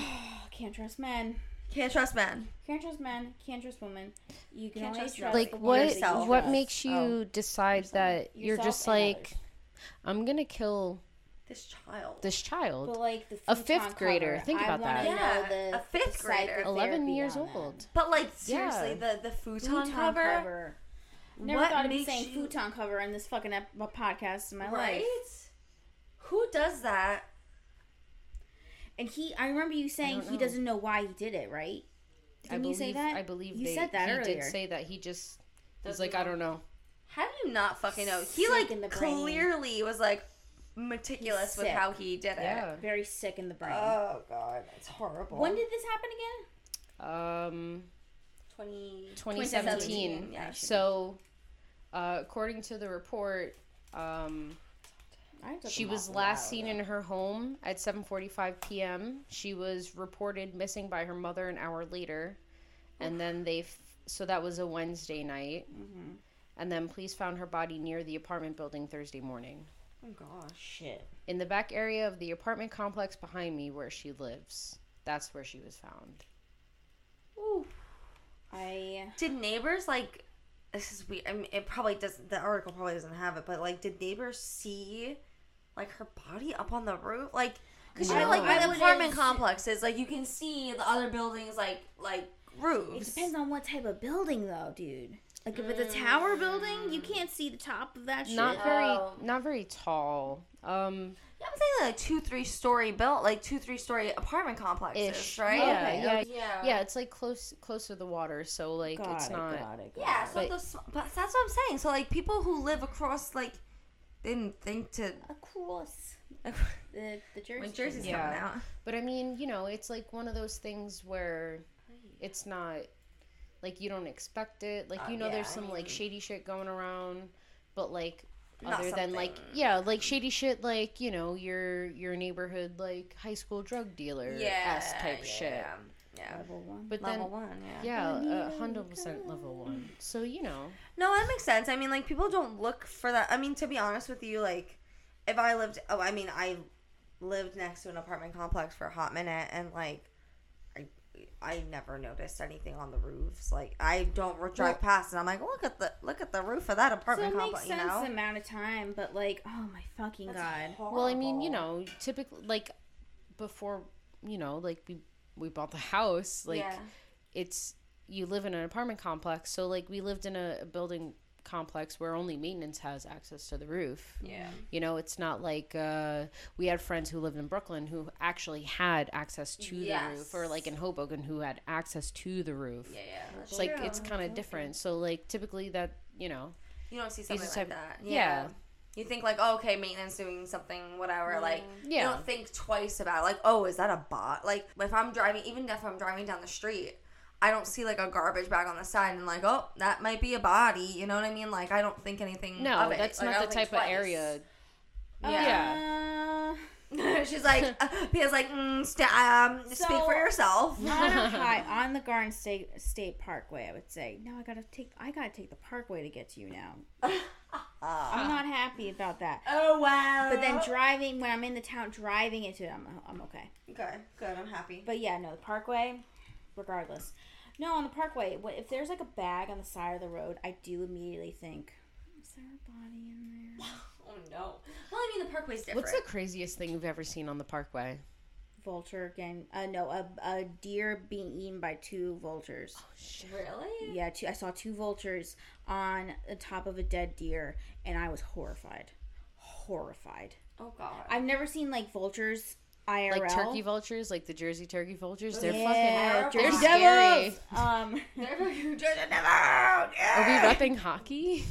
Can't trust men. Can't trust men. Can't trust men. Can't trust women. You can Can't only trust trust, yourself. like the what ones that yourself. what trust. makes you decide that you're Oh. Yourself just and like others. i'm gonna kill This child. this But child like the A futon fifth grader, cover, think I about wanna that. Yeah, know the- a fifth the grader. 11 psychotherapy years on that. old But like seriously, Yeah. the the futon, Futon, cover, cover. Never What thought I'd be makes saying you- futon cover in this fucking ep- podcast in my right? life. Who does that? And he, I remember you saying don't he know. doesn't know why he did it, right? i Didn't believe you say that? i believe you they, said that he earlier. did say that he just was like i don't know How do you not fucking know? He Sick like in the brain. clearly was like meticulous He's with sick. how he did yeah it. Very sick in the brain. Oh god, that's horrible. when did this happen again? um twenty 2017 Yeah. so uh, according to the report um, I took she him was off a last while seen ago. in her home at 7:45 p.m. She was reported missing by her mother an hour later, and then they f- so that was a Wednesday night, Mm-hmm. and then police found her body near the apartment building Thursday morning Oh gosh. Shit. in the back area of the apartment complex behind me where she lives. That's where she was found. I Did neighbors like? This is weird. I mean, it probably doesn't. The article probably doesn't have it, but like, did neighbors see like her body up on the roof? Like, because you know, No. like I with wouldn't- apartment complexes, like you can see the other buildings, like like It roofs. depends on what type of building, though, dude. Like if it's a tower building, you can't see the top of that shit. Mm. Not very, Oh. not very tall. Um, Yeah, I'm saying like two, three story built, like two, three story apartment complexes, ish. right? Yeah, yeah, Yeah. yeah. It's like close, close to the water, so like Got it's it, not. got it, got Yeah, it. so But- the sm but that's what I'm saying. So like people who live across like didn't think to Across the the Jersey. when Jersey's Yeah. coming out. But I mean, you know, it's like one of those things where it's not like you don't expect it. Like you know, Uh, yeah, there's I some like shady shit going around, but like Not other than like something- yeah, like shady shit like you know your your neighborhood like high school drug dealer s type yeah, shit. Yeah. yeah. Level one. But Level then one, yeah. yeah, uh, hundred percent level one. So you know, No, that makes sense. I mean, like people don't look for that. I mean, to be honest with you, like if I lived, oh, I mean, I lived next to an apartment complex for a hot minute, and like I, I never noticed anything on the roofs. Like I don't drive past, and I'm like, look at the look at the roof of that So apartment it makes complex. You sense the know, amount of time, but like, oh my fucking god. Well, I mean, you know, typically, like before, you know, like we we bought the house, like Yeah. it's you live in an apartment complex, so like we lived in a, a building complex where only maintenance has access to the roof. Yeah. You know, it's not like uh we had friends who lived in Brooklyn who actually had access to the roof or like in Hoboken who had access to the roof. Yeah, yeah. It's like it's kind of different. So like typically that, you know, you don't see something just have- like that. yeah. You think like, oh, okay, maintenance doing something, whatever. Like, you Mm-hmm. Yeah. don't think twice about like, oh, is that a bot? Like, if I'm driving, even if I'm driving down the street, I don't see like a garbage bag on the side and like, oh, that might be a body. You know what I mean? Like, I don't think anything. no, Mm, of it. that's Like, I not don't the think type of twice. Uh, area. yeah. Yeah. She's like, uh, Pia's like, mm, st- um, speak So- for yourself. Uh, on a high, on the Garden State State Parkway, I would say. No, I gotta take. I gotta take the Parkway to get to you now. I'm not happy about that. Oh wow. But then driving when I'm in the town, driving into it, I'm I'm okay. Good, good. I'm happy. But yeah, no, the parkway, regardless. No, on the parkway, what if there's like a bag on the side of the road? I do immediately think, is there a body in there? Oh no. Well, I mean, the parkway's different. What's the craziest thing you've ever seen on the parkway? Vulture again? Uh, no, a a deer being eaten by two vultures. really? Yeah, two, I saw two vultures on the top of a dead deer, and I was horrified. Horrified. Oh god. I've never seen like vultures IRL. Like turkey vultures, like the Jersey turkey vultures. They're yeah, fucking. They're Jersey scary. devils. Um, They're fucking just- Are we repping hockey?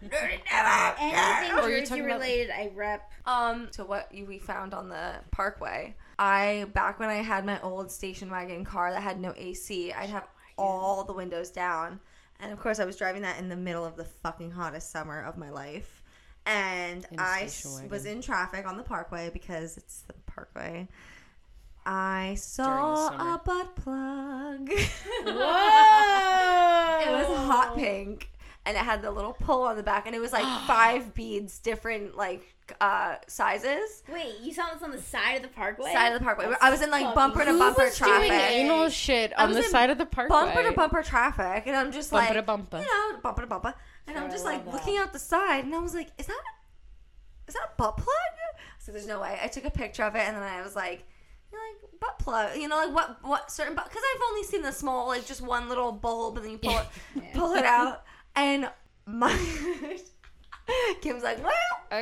anything Or you're Jersey talking about- related, I rep. um to what you- we found on the parkway. I back when I had my old station wagon car that had no AC, I'd have all the windows down. And of course, I was driving that in the middle of the fucking hottest summer of my life. And a I station s- wagon. was in traffic on the parkway because it's the parkway. I During the saw summer. a butt plug. Whoa! It was hot pink, and it had the little pull on the back, and it was like five beads, different like uh sizes. Wait, you saw this on the side of the parkway? Side of the parkway. I was in like fucking bumper to Who bumper was doing traffic, anal shit I on was the in side of the parkway? bumper to bumper traffic, and I'm just Bumper like, to bumper. you know, bumper to bumper, and I'm just like looking out the side, and I was like, is that is that a butt plug? So there's no way. I took a picture of it, and then I was like. you're Like butt plug, you know, like what what certain butt? Because I've only seen the small, like just one little bulb, and then you pull it, pull it out, and my Kim's like, well,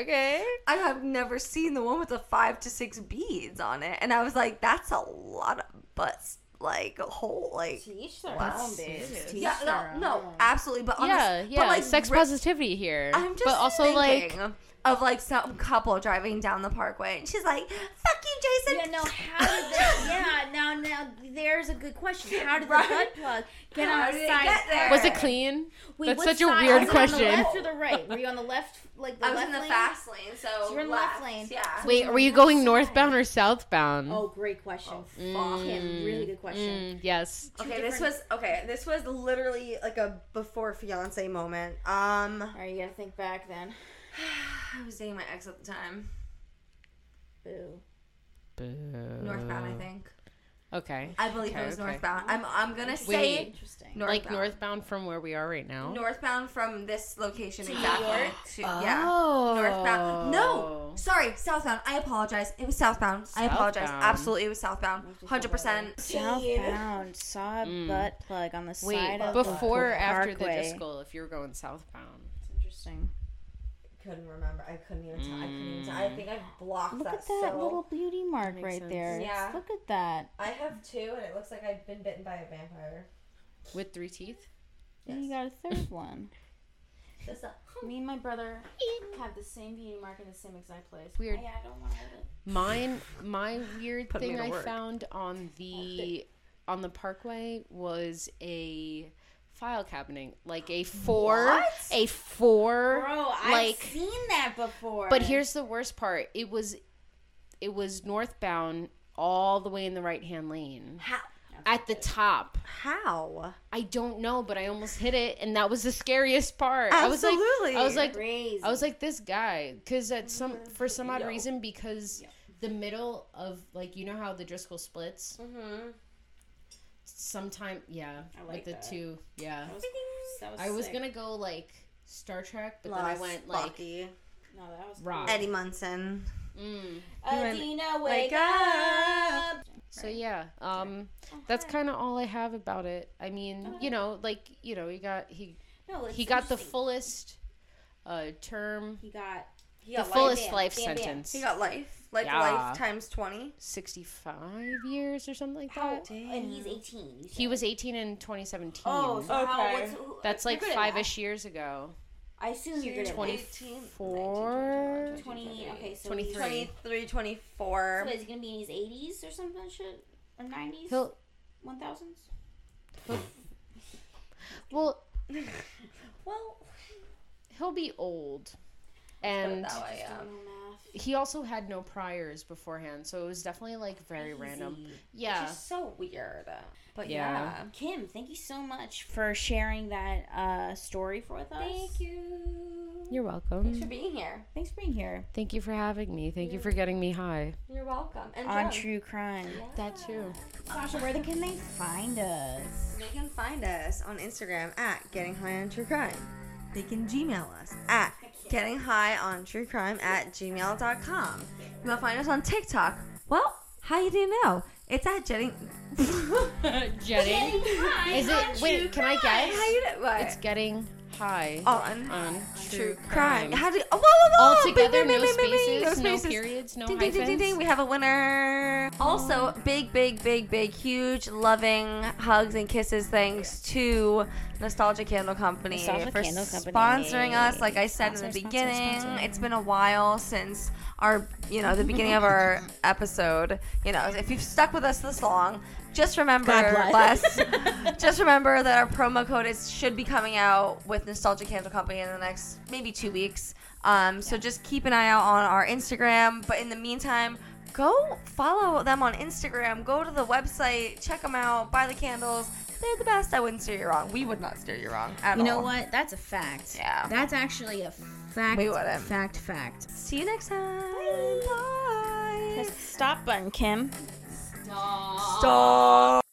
Okay. I have never seen the one with the five to six beads on it, and I was like, "That's a lot of butts, like a whole, like Teach their Wow. own, bitch. Teach yeah, their no, own. no, absolutely." But on the yeah, s- yeah. but like sex re- positivity here. I'm just but also thinking like of like some couple driving down the parkway, and she's like, "Fuck you, Jason." Yeah, no, how did the, yeah, now, now, there's a good question. How did the Right. butt plug get How on did the it side? get there? was it clean? Wait, That's what such a side? weird was question. It on the left or the right? Were you on the left, like the I was left in the lane? fast lane, so So you're in the left lane. Yeah. Wait, were you going northbound or southbound? Oh, great question. Fucking really good question. Mm, yes. Okay, this was okay. This was literally like a before fiance moment. Um, All right, you gotta think back then. I was dating my ex at the time, Boo. northbound, I think. Okay. I believe Uh, Okay, it was okay. northbound. I'm I'm gonna say Wait, Interesting. northbound. like northbound from where we are right now? northbound from this location exactly. To- Yeah. Oh. Northbound. No, sorry, southbound. I apologize. It was southbound. I apologize. Southbound. Absolutely, it was southbound. Hundred percent. Southbound saw a butt plug on the Mm. Wait, side of the before or after the parkway. disco, if you were going southbound. Interesting. Couldn't remember. I couldn't even tell. I couldn't even tell. I think I blocked Look at that little beauty mark right sense. there. Yeah. Look at that. I have two, and it looks like I've been bitten by a vampire. With three teeth? And you got a third one. Just a- Me and my brother have the same beauty mark in the same exact place. Oh, Weird. Yeah, I don't want to hold it. Mine my weird Put me thing to I work. found on the on the parkway was a file cabinet. Like a four a four like seen that before. But here's the worst part. It was it was northbound all the way in the right hand lane. How? At the top. How? I don't know, but I almost hit it and that was the scariest part. I was like Absolutely. I was like crazy. I was like this guy cuz at some for some odd reason because the middle of like you know how the Driscoll splits Mm-hmm. sometime yeah like with the that. two yeah. That was, that was I was sick. going to go like Star Trek, but Lost then I went like Bucky. No, that was. rock. Eddie Munson. Mm. Adina, wake, Wake up. So yeah, um, ah. that's kind of all I have about it. I mean, you know, like you know, he got he No, it's he got the interesting. fullest uh term, He got He the got life. fullest bam, life bam, bam. sentence, He got life. Like Yeah. life times twenty. sixty five years or something like that. and he's 18. you He said. was eighteen in twenty seventeen. Oh, so how, Okay. what's, who, that's you're like good at five math. ish years ago. I assume you're good at Twenty 20. four. 20, okay, so 23. 23, 24. So is he gonna be in his 80s or something? Shit, or 90s? He'll 1000s? well Well, he'll be old, put it and that way, yeah. Don't know math. he also had no priors beforehand, so it was definitely like very random. Yeah. Just so weird. But yeah. Yeah. Kim, thank you so much for sharing that uh, story for us. you. You're Thanks for welcome. being here. Thanks for being here Thank you for having me. Thank you for getting me high. You're welcome. And on drugs. True Crime. That too. Sasha, where can they find us? They can find us on Instagram at Getting High on True Crime. They can Gmail us at Getting High on True Crime at gmail.com. You will find us on TikTok. Well, how you do know? It's at Getting. Jetting. Is it? Wait, can I How guess? you know? What? It's getting high on on true Oh, True crime. crime. How do? Oh, whoa, whoa, All whoa! together, Bing, bing, no bing, bing, bing, bing, spaces, no, spaces. periods, no Ding, ding, hyphens. ding, ding, ding. We have a winner. Also, big, big, big, big, huge, loving hugs and kisses thanks to Nostalgia Candle Company Nostalgia for Candle Company. sponsoring us. Like I said in Sponsor, the sponsor, beginning, sponsor. it's been a while since our, you know, the beginning of our episode. You know, if you've stuck with us this long, just remember, God bless. just remember that our promo code is should be coming out with Nostalgia Candle Company in the next maybe two weeks. Um, so just keep an eye out on our Instagram. But in the meantime, go follow them on Instagram. Go to the website, check them out, buy the candles. They're the best. I wouldn't steer you wrong. We would not steer you wrong at You all. know what? That's a fact. Yeah. That's actually a fact. We wouldn't. Fact, fact. See you next time. Bye. Stop button, Kim. Stop. Stop.